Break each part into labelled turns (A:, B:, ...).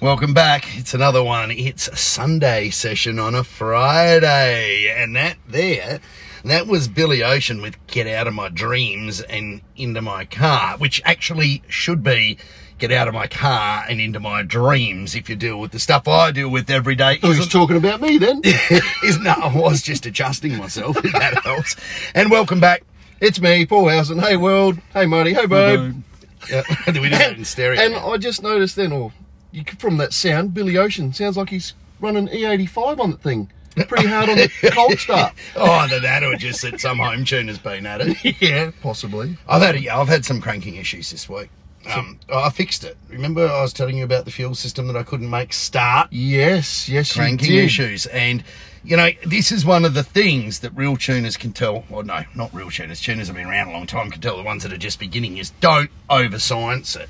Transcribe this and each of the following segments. A: Welcome back. It's another one. It's a Sunday session on a Friday. And that there, that was Billy Ocean with Get Out of My Dreams and Into My Car, which actually should be Get Out of My Car and Into My Dreams if you deal with the stuff I deal with every day.
B: Oh, he's
A: Isn't-
B: talking about me then.
A: is no, I was just adjusting myself, if that helps. And welcome back. It's me, Paul Housen. Hey, world. Hey, Marty. Hey, babe. Yeah, we did that in stereo.
B: And I just noticed then, or you, c- from that sound, Billy Ocean sounds like he's running E85 on the thing. Pretty hard on the cold start.
A: oh, either that or just that some home tuner's been at it.
B: Yeah, possibly.
A: I've had I've had some cranking issues this week. Um, I fixed it. Remember, I was telling you about the fuel system that I couldn't make start.
B: Yes, yes, you
A: cranking
B: did.
A: issues. And, you know, this is one of the things that real tuners can tell. Well, no, not real tuners. Tuners have been around a long time, can tell the ones that are just beginning is don't over science it.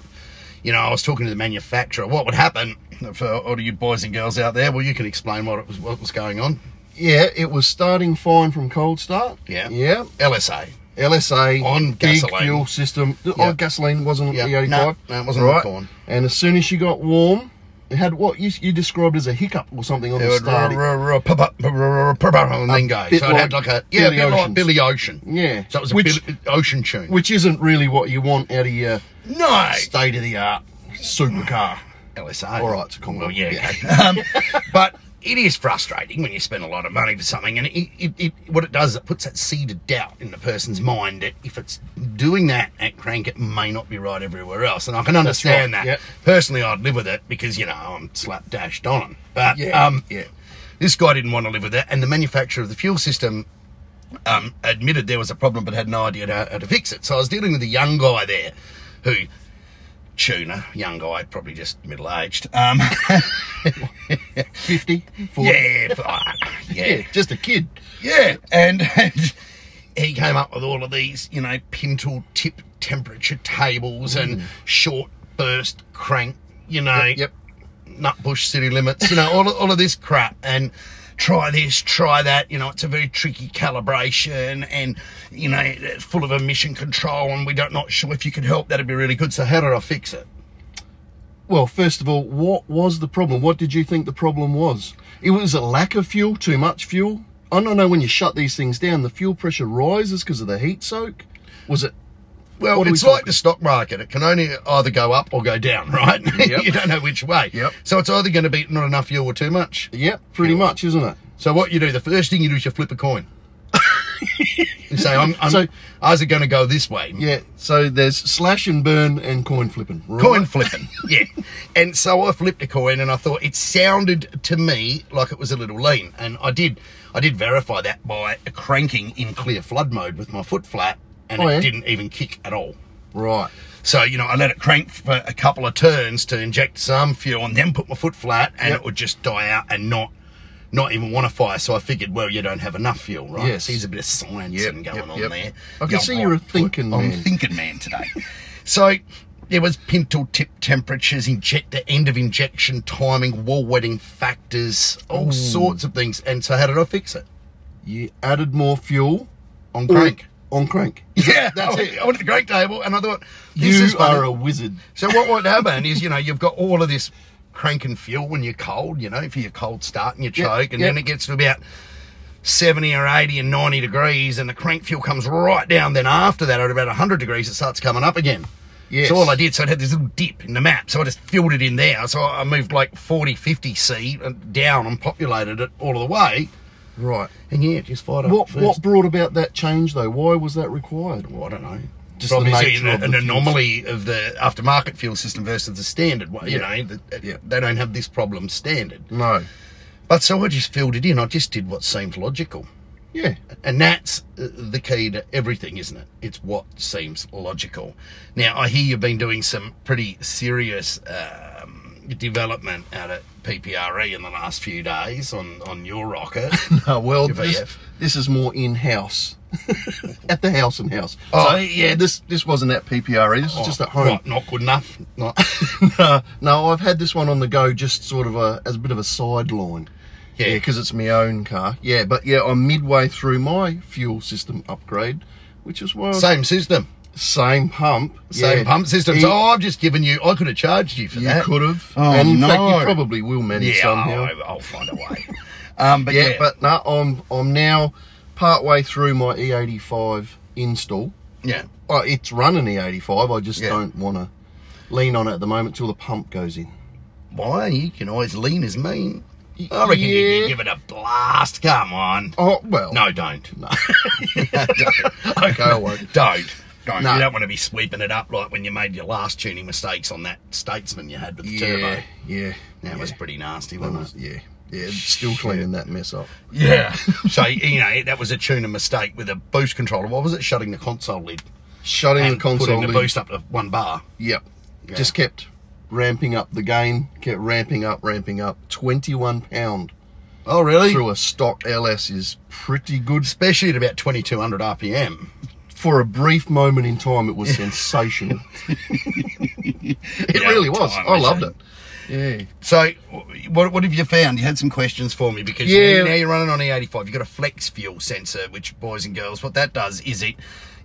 A: You know, I was talking to the manufacturer. What would happen for all of you boys and girls out there? Well, you can explain what it was, what was going on.
B: Yeah, it was starting fine from cold start.
A: Yeah.
B: Yeah.
A: LSA.
B: LSA
A: On
B: big
A: gasoline.
B: fuel system.
A: Yeah.
B: On gasoline wasn't
A: Yeah.
B: the 85.
A: No, no, it wasn't on
B: right.
A: corn.
B: And as soon as she got warm, it had what you, you described as a hiccup or something on
A: It
B: the
A: would
B: starting.
A: and then go. So it
B: bit
A: had
B: like
A: like a yeah, a
B: Billy
A: bit like
B: Ocean's.
A: Billy Ocean.
B: Yeah.
A: So it was a
B: Which-
A: Billy Ocean tune.
B: which isn't really what you want out of your
A: no,
B: state of the art supercar.
A: LSA.
B: All right, it's a common
A: Well,
B: one.
A: yeah.
B: Yeah.
A: okay. um, but it is frustrating when you spend a lot of money for something, and it, it, it, what it does is it puts that seed of doubt in the person's mind that if it's doing that at crank, it may not be right everywhere else. And I can understand
B: right,
A: that.
B: yeah.
A: Personally, I'd live with it because you know I'm slapdashed on. But
B: Yeah,
A: um,
B: yeah.
A: this guy didn't want to live with that, and the manufacturer of the fuel system um, admitted there was a problem but had no idea how, how to fix it. So I was dealing with a young guy there who, tuner, young guy, probably just middle aged. Um,
B: 50, 40.
A: yeah, fi- yeah,
B: Yeah, just a kid.
A: yeah. And, and he came up with all of these, you know, pintle tip temperature tables and short burst crank, you know,
B: Mm. Yep.
A: Nutbush city limits, you know, all of, all of this crap. And try this, try that. You know, it's a very tricky calibration and, you know, it's full of emission control. And we're don't- not sure if you could help. That'd be really good. So, how did I fix it?
B: Well, first of all, what was the problem? What did you think the problem was? It was a lack of fuel, too much fuel. I don't know when you shut these things down, the fuel pressure rises because of the heat soak. Was it?
A: Well,
B: What are we
A: it's like
B: talking?
A: the stock market. It can only either go up or go down, right?
B: Yep.
A: you don't know which way.
B: Yep.
A: So it's either going to be not enough fuel or too much.
B: Yep, pretty much, isn't it?
A: So what you do, the first thing you do is you flip a coin. you say, I'm, I'm,
B: So-
A: ours are going to go this way.
B: Yeah. So there's slash and burn and coin flipping. Right?
A: Coin flipping, yeah. And so I flipped a coin, and I thought it sounded to me like it was a little lean, and I did, I did verify that by cranking in clear flood mode with my foot flat, and
B: Oh,
A: it
B: yeah?
A: didn't even kick at all.
B: Right.
A: So, you know, I let it crank for a couple of turns to inject some fuel and then put my foot flat and
B: Yep.
A: it would just die out and not not even want to fire. So I figured, well, you don't have enough fuel, right?
B: Yes.
A: So there's a bit of science
B: Yep,
A: and going
B: yep,
A: on
B: yep.
A: there.
B: I can see you're a thinking
A: I'm
B: man.
A: thinking man today. so there was pintle tip temperatures, injector end of injection timing, wall wetting factors, all sorts of things. And so how did I fix it?
B: You added more fuel
A: On crank.
B: On crank.
A: Yeah,
B: That's
A: I,
B: it.
A: I went to the crank table and I thought, this
B: oh, You
A: is one of-
B: are a wizard.
A: So what would happen is, you know, you've got all of this cranking fuel when you're cold, you know, for your cold start and your
B: Yep,
A: choke, and
B: yep.
A: then it gets to about 70 or 80 and 90 degrees, and the crank fuel comes right down. Then after that, at about 100 degrees, it starts coming up again.
B: Yes.
A: So all I did, so it had this little dip in the map, so I just filled it in there. So I moved like 40, 50 C and down and populated it all the way.
B: Right.
A: And yeah, just fired up
B: What
A: first.
B: what brought about that change though? Why was that required?
A: Well, I don't know.
B: Just
A: Probably
B: the
A: see an,
B: nature of the
A: an
B: fuel
A: anomaly of the aftermarket fuel system versus the standard one. You
B: Yeah.
A: know, that
B: Yeah.
A: they don't have this problem standard.
B: No.
A: But so I just filled it in. I just did what seemed logical,
B: Yeah.
A: and that's uh, the key to everything, isn't it? It's what seems logical. Now I hear you've been doing some pretty serious um, development out at PPRE E in the last few days on on your rocket.
B: Oh well,
A: Your
B: this,
A: VF.
B: this is more in house, at the house and house.
A: Oh,
B: so, yeah, this this wasn't at PPRE. E. This was just at home.
A: Right, Oh, not good enough. Not.
B: no, no, I've had this one on the go, just sort of a, as a bit of a sideline.
A: Yeah.
B: because it's my own car. Yeah, but yeah, I'm midway through my fuel system upgrade, which is why. I-
A: Same system.
B: Same pump. oh,
A: Same
B: yeah.
A: pump system.
B: He-
A: so oh, I've just given you. I could have charged you for
B: you
A: that.
B: could have.
A: Oh,
B: and in fact,
A: no.
B: you probably will manage
A: Yeah,
B: somehow.
A: I, I'll find a way. um, but
B: yeah,
A: yeah,
B: but no, I'm I'm now part way through my E85 install.
A: yeah.
B: Oh, it's running E85. I just
A: Yeah.
B: don't want to lean on it at the moment till the pump goes in.
A: Why you can always lean as mean. I reckon you
B: yeah.
A: can give it a blast. Come on.
B: Oh well,
A: No, don't.
B: no,
A: okay,
B: I won't.
A: Don't. Don't.
B: No.
A: You don't want to be sweeping it up like when you made your last tuning mistakes on that Statesman you had with the turbo.
B: yeah, yeah,
A: That was pretty nasty, wasn't
B: yeah,
A: it?
B: yeah, yeah. Still cleaning that mess up.
A: Yeah. so, you know, that was a tuner mistake with a boost controller. What was it? Shutting the console lid.
B: Shutting
A: And
B: the console.
A: Putting the
B: in.
A: boost up to one bar.
B: Yep. Just kept ramping up the gain, kept ramping up, ramping up. 21 pound
A: Oh, really?
B: through a stock LS is pretty good.
A: Especially at about 2200 RPM.
B: For a brief moment in time, it was sensational. it
A: Yeah,
B: really was.
A: time
B: I loved it.
A: machine.
B: Yeah.
A: So, wh- what, what have you found? You had some questions for me because
B: Yeah.
A: you- now you're running on E85. You've got a flex fuel sensor, which, boys and girls, what that does is it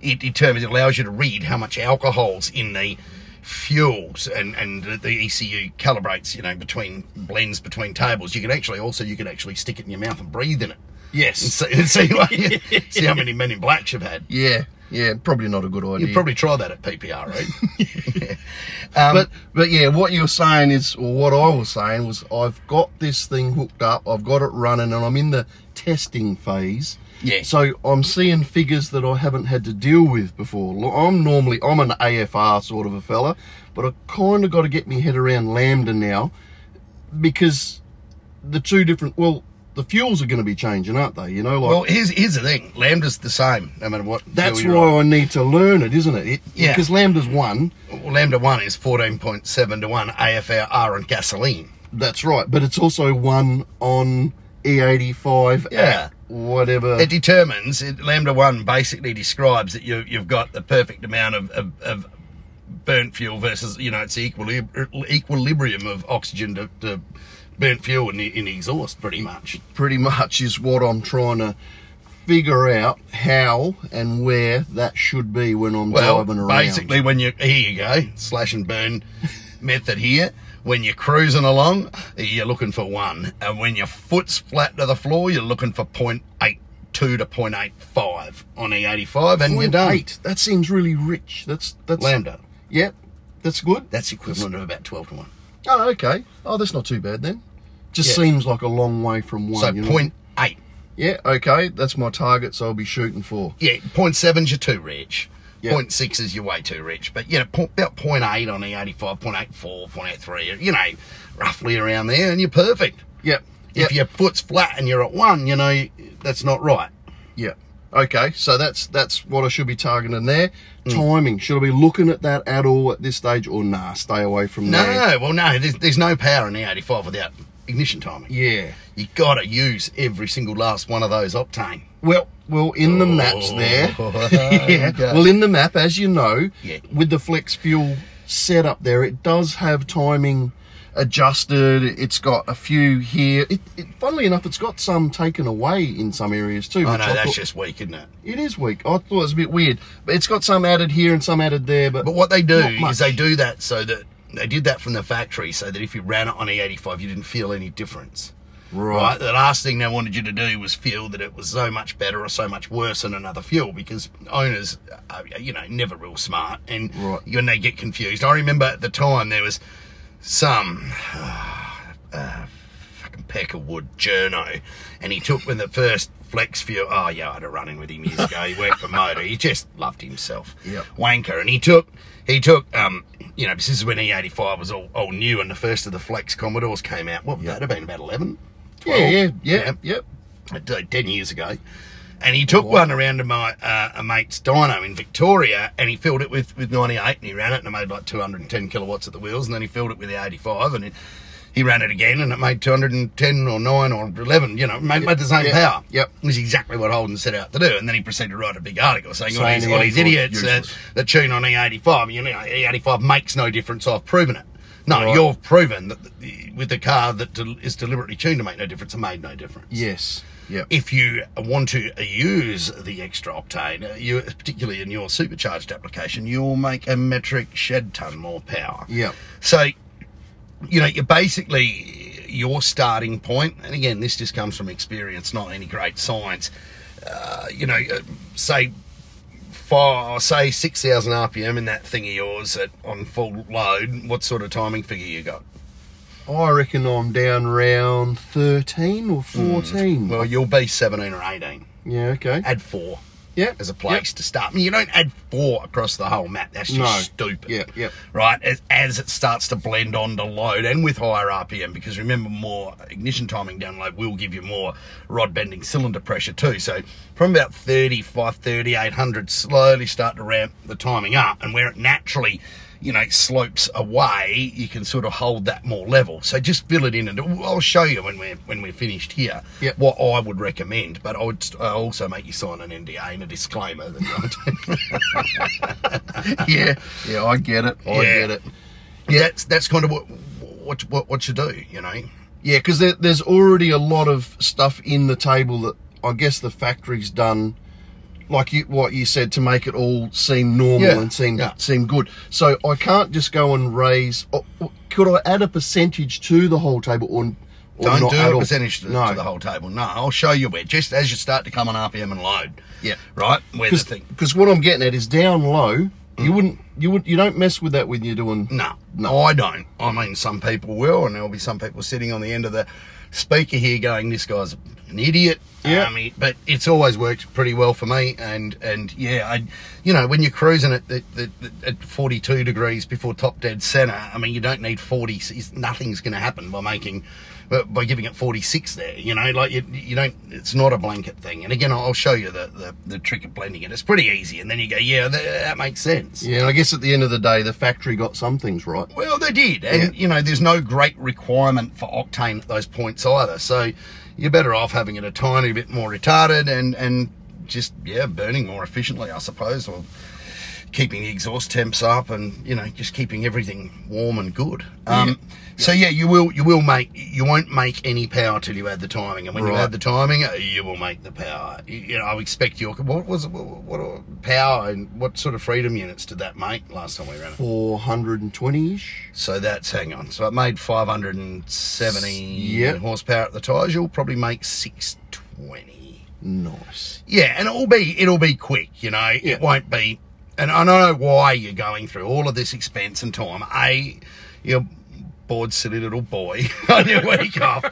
A: it determines, it allows you to read how much alcohol's in the fuels and and the- the ECU calibrates you know between blends between tables you can actually also you can actually stick it in your mouth and breathe in it and
B: Yes.
A: see, and see, what you- see how many men in blacks you've had
B: Yeah. Yeah. Probably not a good idea.
A: you probably try that at PPR right Um,
B: but but yeah, what you were saying is, or what I was saying was, I've got this thing hooked up, I've got it running, and I'm in the testing phase.
A: Yeah.
B: So I'm seeing figures that I haven't had to deal with before. Lo- I'm normally I'm an AFR sort of a fella, but I kind of got to get my head around lambda now, because the two different well, the fuels are going to be changing, aren't they? You know, like
A: well here's here's the thing lambda's the same no matter what
B: that's
A: fuel you're
B: why
A: on.
B: I need to learn it, isn't it? it
A: Yeah.
B: Because lambda's one.
A: Well, Lambda 1 is 14.7 to 1 AFR and gasoline.
B: That's right, but it's also one on E85.
A: Yeah.
B: at whatever.
A: It determines, it, Lambda 1 basically describes that you, you've got the perfect amount of, of, of burnt fuel versus, you know, it's the equilib- equilibrium of oxygen to, to burnt fuel in the, in the exhaust, pretty much.
B: pretty much is what I'm trying to figure out how and where that should be when I'm
A: Well,
B: driving around.
A: basically, when you here you go slash and burn method here. When you're cruising along, you're looking for one, and when your foot's flat to the floor, you're looking for 0.82 to 0.85 on E85, and you're
B: Point
A: done.
B: eight. That seems really rich. That's that's
A: Lambda.
B: Yep, that's good.
A: That's equivalent of about 12 to one.
B: Oh, okay. Oh, that's not too bad then. Just
A: Yeah.
B: seems like a long way from one.
A: So
B: you know?
A: point eight.
B: Yeah, okay. That's my target, so I'll be shooting for.
A: Yeah, point seven's you're too rich.
B: Yeah.
A: Point six is you're way too rich. But you know, point, about point eight on E85, point eight four, point eight three. You know, roughly around there, and you're perfect.
B: Yep.
A: If your foot's flat and you're at one, you know that's not right.
B: Yeah. Okay. So that's that's what I should be targeting there. Timing. Should I be looking at that at all at this stage, or nah? Stay away from
A: No,
B: that.
A: well, no. There's, there's no power in the 85 without ignition timing.
B: Yeah.
A: You got to use every single last one of those octane.
B: Well, well, in the maps there.
A: Oh,
B: yeah.
A: okay.
B: Well, in the map, as you know,
A: Yeah.
B: with the flex fuel setup there, it does have timing adjusted. It's got a few here. It, it, funnily enough, it's got some taken away in some areas too.
A: I
B: which
A: know that's
B: thought-
A: just weak, isn't it?
B: It is weak. I thought it was a bit weird, but it's got some added here and some added there. But,
A: But what they do
B: Not much.
A: is they do that so that they did that from the factory so that if you ran it on E85, you didn't feel any difference. Right. The last thing they wanted you to do was feel that it was so much better or so much worse than another fuel because owners are, you know, never real smart and
B: Right.
A: when they get confused. I remember at the time there was some uh, fucking Peckerwood journo and he took when the first flex fuel. Oh, yeah, I had a run in with him years ago. He worked for Motor. He just loved himself.
B: Yep.
A: Wanker. And he took. He took, um, you know, this is when E85 was all, all new and the first of the Flex Commodores came out. What would that have been? About 11?
B: Yeah, yeah,
A: 12?
B: yeah, yep.
A: I don't know, 10 Uh, years ago. And he took one around to my uh, a mate's dyno in Victoria and he filled it with, with 98 and he ran it and it made like 210 kilowatts at the wheels. And then he filled it with the 85 and it, he ran it again and it made 210 or 9 or 11, you know, made, made the same
B: yeah,
A: power.
B: yep.
A: It was exactly what Holden set out to do. And then he proceeded to write a big article saying all
B: Saying
A: these,
B: the
A: all these
B: E85 's
A: idiots uh,
B: useless.
A: E that tune on E85, you know, E85 makes no difference. I've proven it. No,
B: Right.
A: you've proven that the- with the car that del- is deliberately tuned to make no difference, it made no difference.
B: Yes. Yep.
A: If you want to use the extra octane, uh, you, particularly in your supercharged application, you'll make a metric shed ton more power.
B: Yep.
A: So, you know, you're basically your starting point, and again, this just comes from experience, not any great science. Uh, you know, uh, say four, say six thousand RPM in that thing of yours at, on full load. What sort of timing figure you got?
B: I reckon I'm down round 13 or 14.
A: Hmm. Well, you'll be seventeen or eighteen.
B: yeah, okay.
A: Add four
B: Yep.
A: as a place to start. I mean, you don't add four across the whole map. That's just
B: No.
A: stupid.
B: Yeah, yeah.
A: Right, as, as it starts to blend on to load and with higher RPM, because remember, more ignition timing down low will give you more rod bending cylinder pressure too. So from about 35, 30, 800, slowly start to ramp the timing up, and where it naturally you know, slopes away, you can sort of hold that more level. So just fill it in, and I'll show you when we're when we're finished here
B: Yep.
A: what I would recommend. But I would I also make you sign an NDA and a disclaimer. That
B: Yep. Yeah. Yeah, I get it. I
A: Yeah.
B: get it.
A: yeah, that's that's kind of what what what, what you do, you know.
B: Yeah, because there, there's already a lot of stuff in the table that I guess the factory's done, like you, what you said, to make it all seem normal
A: Yeah,
B: and seem
A: yeah.
B: seem good. So I can't just go and raise. oh, oh, Could I add a percentage to the whole table or, or
A: Don't
B: not
A: do
B: at
A: a
B: all?
A: percentage to,
B: no.
A: to the whole table. No, I'll show you where. Just as you start to come on RPM and load.
B: Yeah.
A: Right? Where the thing.
B: Because what I'm getting at is down low. You wouldn't. You would. You don't mess with that when you're doing.
A: Mm. No, no, I don't. I mean, some people will, and there'll be some people sitting on the end of the speaker here going, "This guy's an idiot."
B: Yeah.
A: I mean, but it's always worked pretty well for me, and and yeah, I, you know, when you're cruising at the, the, the, at 42 degrees before top dead center, I mean, you don't need 40. it's- Nothing's going to happen by making. But by giving it 46 there, you know, like you, you don't, it's not a blanket thing. And again, I'll show you the, the, the trick of blending it. It's pretty easy. And then you go, yeah, that, that makes sense.
B: Yeah, and I guess at the end of the day, the factory got some things right.
A: Well, they did, and you know, there's no great requirement for octane at those points either. So you're better off having it a tiny bit more retarded and and just yeah, burning more efficiently, I suppose, or keeping the exhaust temps up, and you know, just keeping everything warm and good. Um, So yeah, you will you will make you won't make any power till you add the timing, and when you
B: Right.
A: add the timing, uh, you will make the power. You, you know, I expect your what was it, what, what power and what sort of freedom units did that make last time we ran it?
B: 420 ish.
A: So that's hang on. So it made 570
B: Yep.
A: horsepower at the tyres. You'll probably make 620.
B: Nice.
A: Yeah, and it'll be it'll be quick. You know,
B: Yeah.
A: it won't be. And I know why you're going through all of this expense and time. A, you're bored silly little boy on your week off,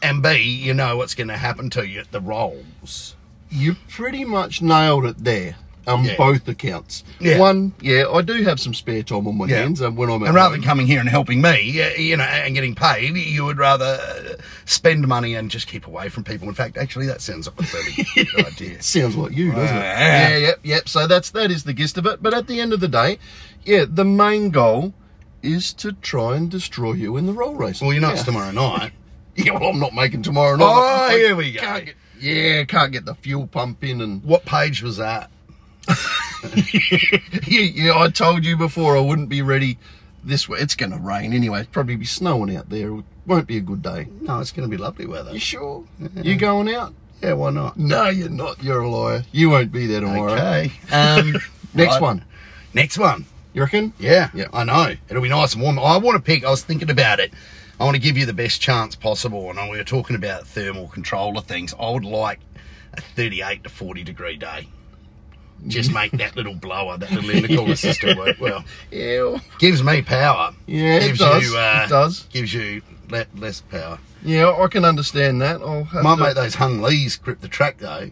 A: and B, you know what's going to happen to you at the rolls.
B: You pretty much nailed it there on
A: Yeah.
B: both accounts.
A: Yeah.
B: One, yeah, I do have some spare time on my
A: Yeah.
B: hands um, when I'm at
A: And rather
B: home.
A: than coming here and helping me, y- you know, and getting paid, you would rather uh, spend money and just keep away from people. In fact, actually, that sounds like a fairly good idea.
B: Sounds like you, doesn't it?
A: Yeah.
B: Yeah, yep, yep. So that's that is the gist of it. But at the end of the day, yeah, the main goal is to try and destroy you in the roll race.
A: Well, you know, it's
B: yeah.
A: tomorrow night.
B: yeah, well, I'm not making tomorrow night.
A: Oh,
B: I
A: here we go.
B: can't get- yeah, can't get the fuel pump in, and
A: What page was that?
B: yeah, yeah, I told you before I wouldn't be ready this way. It's going to rain anyway. It'll probably be snowing out there. It won't be a good day.
A: No, it's going to be lovely weather.
B: You sure? You going out?
A: Yeah, why not?
B: No, you're not. You're a liar. You won't be there tomorrow.
A: Okay. Um,
B: Next
A: right.
B: one.
A: Next one.
B: You reckon?
A: Yeah,
B: Yeah.
A: I know. It'll be nice and warm. I want to pick. I was thinking about it. I want to give you the best chance possible. And we were talking about thermal controller things. I would like a 38 to 40 degree day. Just make that little blower, that little intercooler system work well.
B: Ew.
A: Gives me power.
B: Yeah, it
A: gives
B: does.
A: You, uh,
B: It does.
A: Gives you le- less power.
B: Yeah, I can understand that. I'll have
A: Might
B: to-
A: make those Hung Lees grip the track though.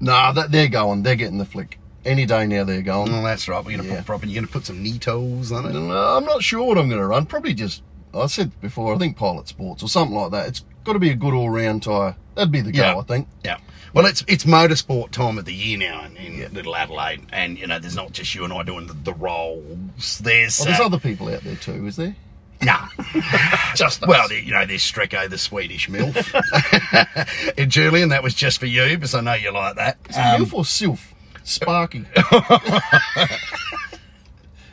B: Nah, that, they're going. They're getting the flick. Any day now, they're going.
A: Well, that's right. We're gonna
B: Yeah.
A: put proper. You're gonna put some knee tolls on it.
B: Nah, uh, I'm not sure what I'm going to run. Probably just, I said before, I think Pilot Sports or something like that. It's got to be a good all round tyre. That'd be the
A: Yeah.
B: goal, I think.
A: Yeah. Well, it's it's motorsport time of the year now in, in Little Adelaide, and you know there's not just you and I doing the, the rolls. There's,
B: Oh, there's
A: uh,
B: other people out there too, is there?
A: nah.
B: Just
A: well, there- you know there's Streko the Swedish milf. and Julian, that was just for you because I know you like that. Um,
B: Milf or Silf? Sparky.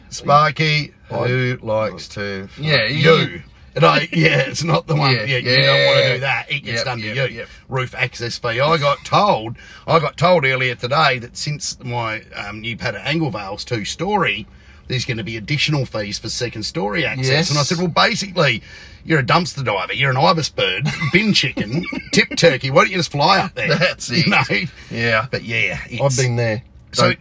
A: Sparky,
C: Who likes to?
B: Yeah,
A: you. And I, yeah, it's not the one.
B: Yeah,
A: Yeah, you don't want to
C: yeah.
A: do that. It gets
C: Yep,
A: done to
C: yep,
A: you.
C: yep.
A: Roof access fee. I got told, I got told earlier today that since my um, new pad at Anglevale's two story, there's going to be additional fees for second story access.
B: Yes.
A: And I said, well, basically, you're a dumpster diver. You're an ibis bird, bin chicken, tip turkey. Why don't you just fly up there?
C: That's it.
A: You know?
C: Yeah.
A: But yeah, it's,
B: I've been there.
A: so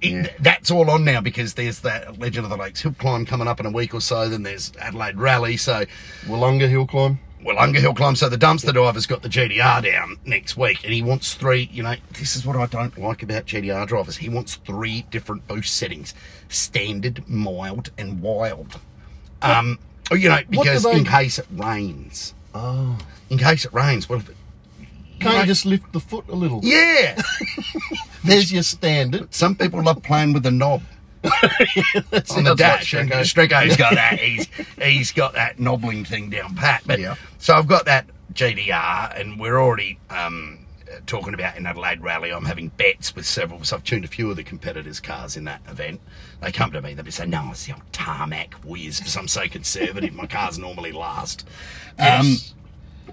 A: it, that's all on now because there's that Legend of the Lakes Hill Climb coming up in a week or so. Then there's Adelaide Rally. So,
B: Wollonga Hill Climb.
A: well, Unger Hill Climb. So the dumpster diver's got the GDR down next week and he wants three, you know, this is what I don't like about GDR drivers. He wants three different boost settings standard, mild, and wild. Um, oh, you know,
B: do
A: because
B: they-
A: in case it rains,
B: Oh.
A: in case it rains, what if it.
B: Can't
A: Right.
B: you just lift the foot a little?
A: Yeah!
B: There's your standard.
A: Some people love playing with the knob. on the
B: sounds like
A: dash. and
B: Strecko.
A: Strecko's got that. He's he's got that knobbling thing down pat. But
C: Yeah.
A: so I've got that GDR, and we're already um, uh, talking about in Adelaide Rally. I'm having bets with several. So I've tuned a few of the competitors' cars in that event. They come to me. They say, "No, it's the old tarmac whiz because I'm so conservative. My car's normally last."
B: Yes.
A: Um,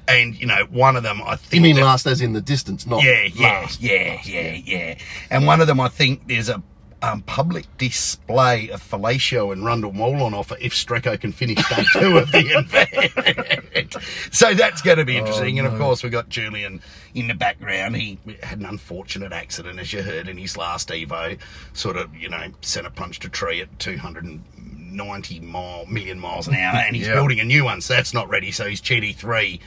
A: and you know, one of them, I think.
B: you mean
A: that-
B: last as in the distance, not
A: yeah, yeah,
B: last.
A: yeah, yeah, yeah. And one of them, I think, there's a um, public display of fellatio and Rundle Mall on offer if Strecko can finish day two of the event. so that's going to be interesting. And of course, we've got Julian in the background. He had an unfortunate accident, as you heard, in his last Evo. Sort of, you know, centre punched a tree at 290 mile, million miles an hour, and he's
C: Yeah.
A: building a new one, so that's not ready. So his GD3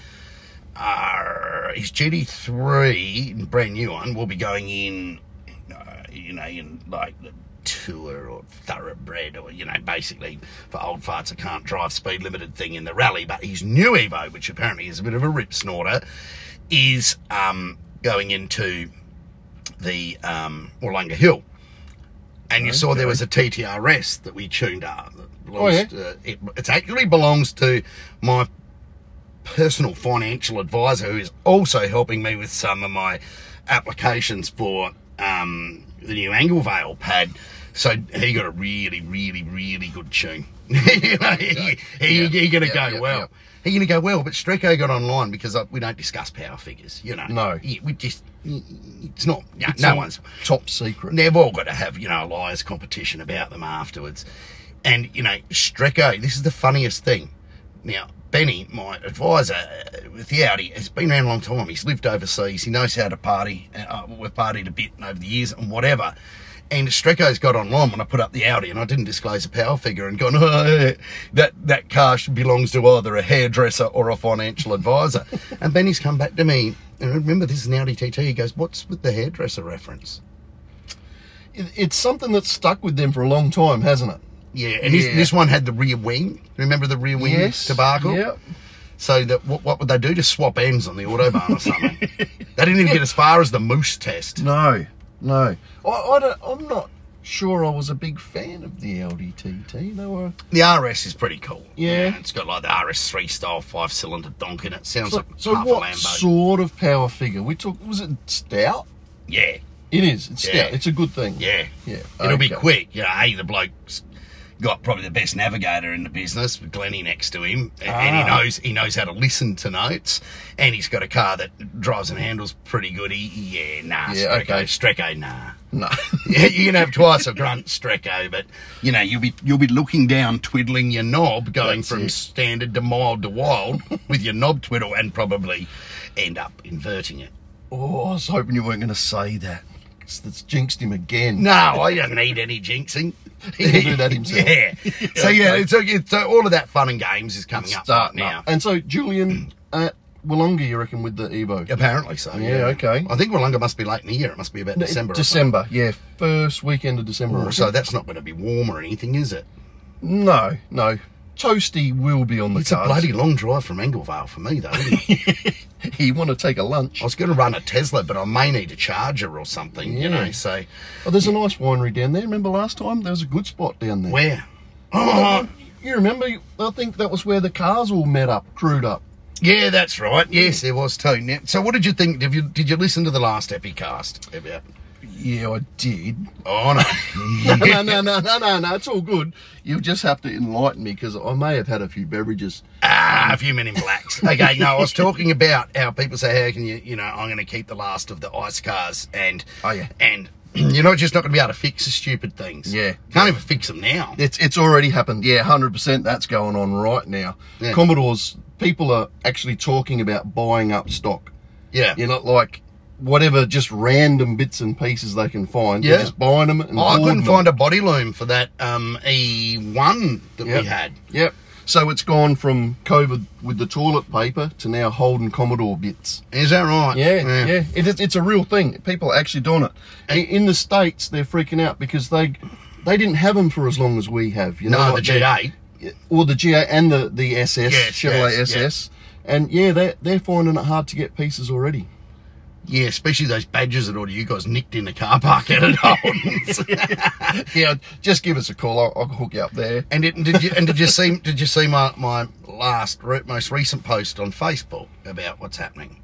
A: are his GD3, brand new one, will be going in, uh, you know, in like the tour or thoroughbred or, you know, basically for old farts who can't drive speed limited thing in the rally. But his new Evo, which apparently is a bit of a rip snorter, is um, going into the um, Wollonga Hill. And you saw there was a TTRS that we tuned up. That belongs
B: yeah.
A: to- it, it actually belongs to my personal financial advisor who is also helping me with some of my applications for um, the new Anglevale pad. So he got a really, really, really good tune. you know, he, he, he gonna
C: Yeah,
A: go
C: yeah,
A: well. He gonna go well. But Strecko got online because uh we don't discuss power figures. You know,
B: No.
A: Yeah, we just it's not. No,
B: It's
A: no
B: all
A: one's
B: top secret.
A: they've all got to have, you know, a liars competition about them afterwards. And, you know, Strecko, this is the funniest thing. Now, Benny, my advisor uh, with the Audi, has been around a long time. He's lived overseas. He knows how to party. and, Uh, we've partied a bit over the years and whatever. And Strecko's got online when I put up the Audi and I didn't disclose a power figure and gone, oh, yeah, that, that car should- belongs to either a hairdresser or a financial advisor. and Benny's come back to me, and remember, this is an Audi TT. He goes, what's with the hairdresser reference?
B: It- It's something that's stuck with them for a long time, hasn't it?
A: Yeah, and this,
C: Yeah.
A: this one had the rear wing. Remember the rear wing debacle?
C: Yep.
A: So that what, what would they do? Just swap ends on the autobahn or something? they didn't even get as far as the moose test.
C: No. No.
B: I, I don't, I'm not sure I was a big fan of the LDTT. They were
A: The RS is pretty cool.
B: Yeah.
A: it's got like the RS three style five cylinder donk in it. Sounds
B: So,
A: like
B: so
A: half a
B: what
A: Lambo.
B: sort of power figure? We took was it stout?
A: yeah,
B: It is. It's
A: Yeah.
B: stout. It's a good thing.
A: yeah,
B: Yeah.
A: It'll be
B: okay.
A: quick. You know, hey, the bloke's got probably the best navigator in the business, with Glenny next to him, a- and he
B: Ah.
A: knows he knows how to listen to notes, and he's got a car that drives and handles pretty good. He, yeah, nah,
C: Yeah,
A: Strecko, Strecko, nah.
C: No.
A: Yeah, you can have twice a grunt strecko, but you know you'll be you'll be looking down, twiddling your knob, going
B: That's
A: from
B: it.
A: standard to mild to wild with your knob twiddle, and probably end up inverting it.
C: Oh, I was hoping you weren't going to say that.
B: It's- That's jinxed him again.
A: No, I don't need any jinxing.
B: He'll do that himself.
A: Yeah. So yeah, it's, it's so all of that fun and games is coming
C: It's
A: up
C: starting
A: now.
C: up.
B: And so Julian at Wollonga, you reckon, with the Evo?
A: Apparently so.
B: Yeah, okay.
A: I think Wollonga must be late in the year. It must be about December. Oh, or something.
C: December. Yeah.
B: First weekend of December. I reckon.
A: So that's not going to be warm or anything, is it?
C: No.
B: no, Toasty will be on the
A: It's a
B: cards.
A: bloody long drive from Englevale for me, though. Isn't it?
B: He want to take a lunch.
A: I was going to run a Tesla, but I may need a charger or something, you
B: Yeah.
A: know. So,
B: Oh, there's a nice winery down there. Remember last time? There was a good spot down there.
A: where? Oh,
B: You remember? I think that was where the cars all met up, crewed up.
A: yeah, that's right. Yes, there was too. Now, so, what did you think? Did you did you listen to the last Epicast about
C: Yeah, I did.
A: Oh, no.
B: no, no, no, no, no, no. It's all good. You'll just have to enlighten me because I may have had a few beverages.
A: Ah, a few men in blacks. Okay, no, I was talking about how people say, "How can you, you know, I'm going to keep the last of the ice cars," and
C: Oh, yeah.
A: and you're not just not going to be able to fix the stupid things.
C: Yeah.
A: can't even fix them now.
B: Yeah.
C: It's it's already happened. Yeah, hundred percent. That's going on right now.
A: Yeah.
B: Commodores, people are actually talking about buying up stock.
A: Yeah,
B: You're not like whatever just random bits and pieces they can find. They're
A: Yeah.
B: just buying them. And
A: Oh, I
B: hoarding
A: couldn't
B: them.
A: find a body loom for that um, E1 that
B: Yep.
A: we had.
B: Yep. So it's gone from COVID with the toilet paper to now holding Commodore bits.
A: Is that right?
B: Yeah, yeah. It is, it's a real thing. People are actually doing it. I- In the states, they're freaking out because they they didn't have them for as long as we have. You know,
A: No, the
B: like they-
A: G8.
B: or the GA and the the SS
A: Yes,
B: Chevrolet
A: yes,
B: SS, and yeah, they they're finding it hard to get pieces already.
A: Yeah, especially those badges that all you guys nicked in the car park at an
B: Yeah,
C: Just give us a call. I'll, I'll hook you up there.
A: And did, did you and did you see did you see my my last re- most recent post on Facebook about what's happening?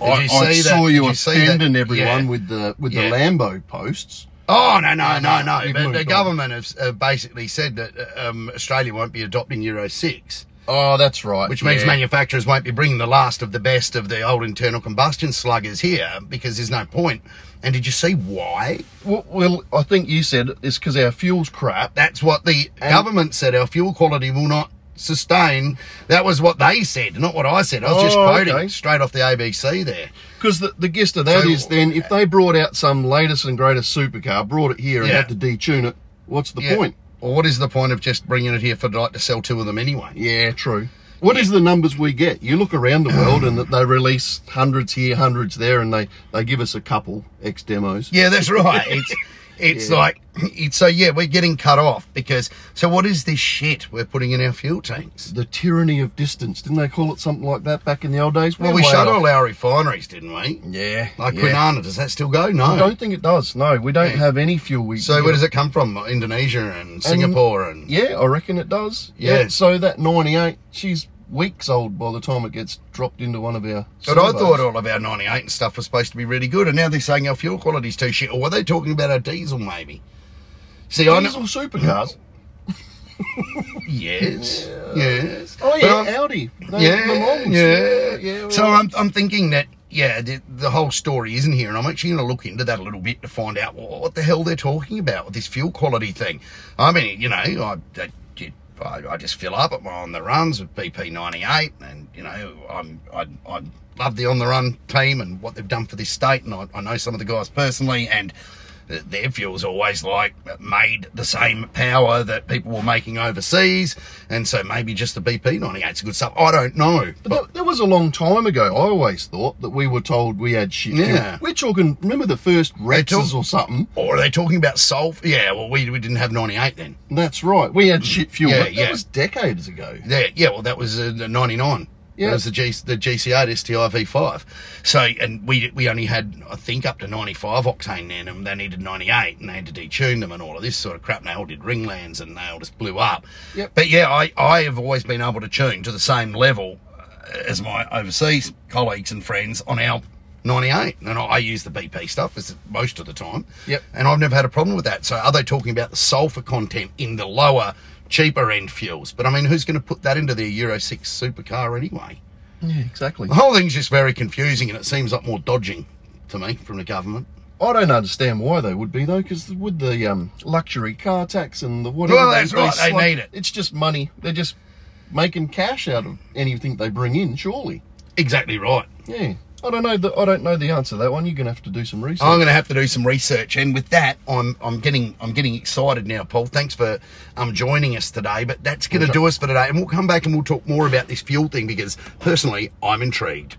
A: Did
B: I,
A: you
B: I
A: see that?
B: saw you
A: Did you see that?
B: offending everyone
A: Yeah.
B: with the with
A: Yeah.
B: the Lambo posts.
A: Oh no no no
B: no,
A: no!
B: you've
A: But
B: moved
A: the
B: on.
A: government have, have basically said that uh, um, Australia won't be adopting Euro six,
C: Oh, that's right.
A: which means
C: yeah.
A: manufacturers won't be bringing the last of the best of the old internal combustion sluggers here because there's no point. And did you see why?
C: Well, well, I think you said it's because our fuel's crap.
A: That's what the government said. Our fuel quality will not sustain. That was what they said, not what I said. I was just
C: Oh,
A: quoting
C: okay.
A: straight off the ABC there.
C: Because the, the gist of that
A: So-
C: is, then, if they brought out some latest and greatest supercar, brought it here and
A: Yeah.
C: had to detune it,
B: What's the
A: Yeah.
B: point?
A: Or what is the point of just bringing it here for like to sell two of them anyway?
C: yeah, true.
B: What is the numbers we get? You look around the world and they release hundreds here, hundreds there, and they, they give us a couple X demos.
A: Yeah, that's right. It's it's like it's so yeah, we're getting cut off because so what is this shit we're putting in our fuel tanks?
B: The tyranny of distance. Didn't they call it something like that back in the old days?
A: Well,
B: We're
A: we
B: way
A: shut
B: off.
A: all our refineries, didn't we?
C: Yeah,
A: Like
C: yeah.
A: Kwinana, does that still go?
B: I
A: No.
B: don't think it does. No, we don't
A: Yeah.
B: have any fuel. We
A: So where does it come from? Indonesia and Singapore and
B: Yeah, I reckon it does.
A: Yeah.
B: So that 98, she's weeks old by the time it gets dropped into one of our.
A: But I
B: servos.
A: thought all of our 98 and stuff was supposed to be really good, and now they're saying our fuel quality's too shit. Or were they talking about our diesel, maybe? See, I
B: Diesel
A: know.
B: supercars.
A: Yes. Yes.
B: Oh
A: But
B: yeah,
A: I'm-
B: Audi. No, Le
A: yeah,
B: Mans.
A: yeah,
B: yeah,
A: So
B: well-
A: Oh, I'm, I'm thinking that yeah, the, the whole story isn't here, and I'm actually going to look into that a little bit to find out what, what the hell they're talking about with this fuel quality thing. I mean, you know, I I, did- I, I just fill up at my on the runs with BP98, and you know, I'm I, I love the on the run team and what they've done for this state, and I, I know some of the guys personally, and. th- Their fuel's always like made the same power that people were making overseas, and so maybe just the BP 98's good stuff. I don't know,
B: But that, that was a long time ago. I always thought that we were told we had shit.
A: Yeah.
B: We're talking, remember the first Rexes
A: talk-
B: or something?
A: Or are they talking about sulfur? Yeah, well, we, we didn't have 98 then.
B: That's right. We had shit fuel.
A: Yeah,
B: but
A: yeah.
B: That was decades ago.
A: Yeah, yeah well, that was uh, the 99.
B: Yeah.
A: That was the, G, the GC8 STIV 5. So, and we we only had, I think, up to 95 octane then, and they needed 98, and they had to detune them and all of this sort of crap, and they all did ringlands, and they all just blew up.
B: Yep.
A: But yeah, I, I have always been able to tune to the same level uh, as my overseas colleagues and friends on our 98, and I, I use the BP stuff as most of the time.
B: Yep.
A: And I've never had a problem with that. So are they talking about the sulfur content in the lower, cheaper end fuels? But I mean, who's going to put that into their Euro 6 supercar anyway?
B: Yeah, exactly.
A: The whole thing's just very confusing and it seems like more dodging to me from the government.
B: I don't understand why they would be though, because with the um, luxury car tax and the whatever,
A: Well, that's right, they
B: slug-
A: need it.
B: It's just money. They're just making cash out of anything they bring in. Surely,
A: Exactly right.
B: yeah. I don't know. The, I don't know the answer to that one. You're gonna have to do some research.
A: I'm going to have to do some research, and with that, I'm I'm getting I'm getting excited now, Paul. Thanks for um joining us today, but that's going to do us for today, and we'll come back and we'll talk more about this fuel thing because personally, I'm intrigued.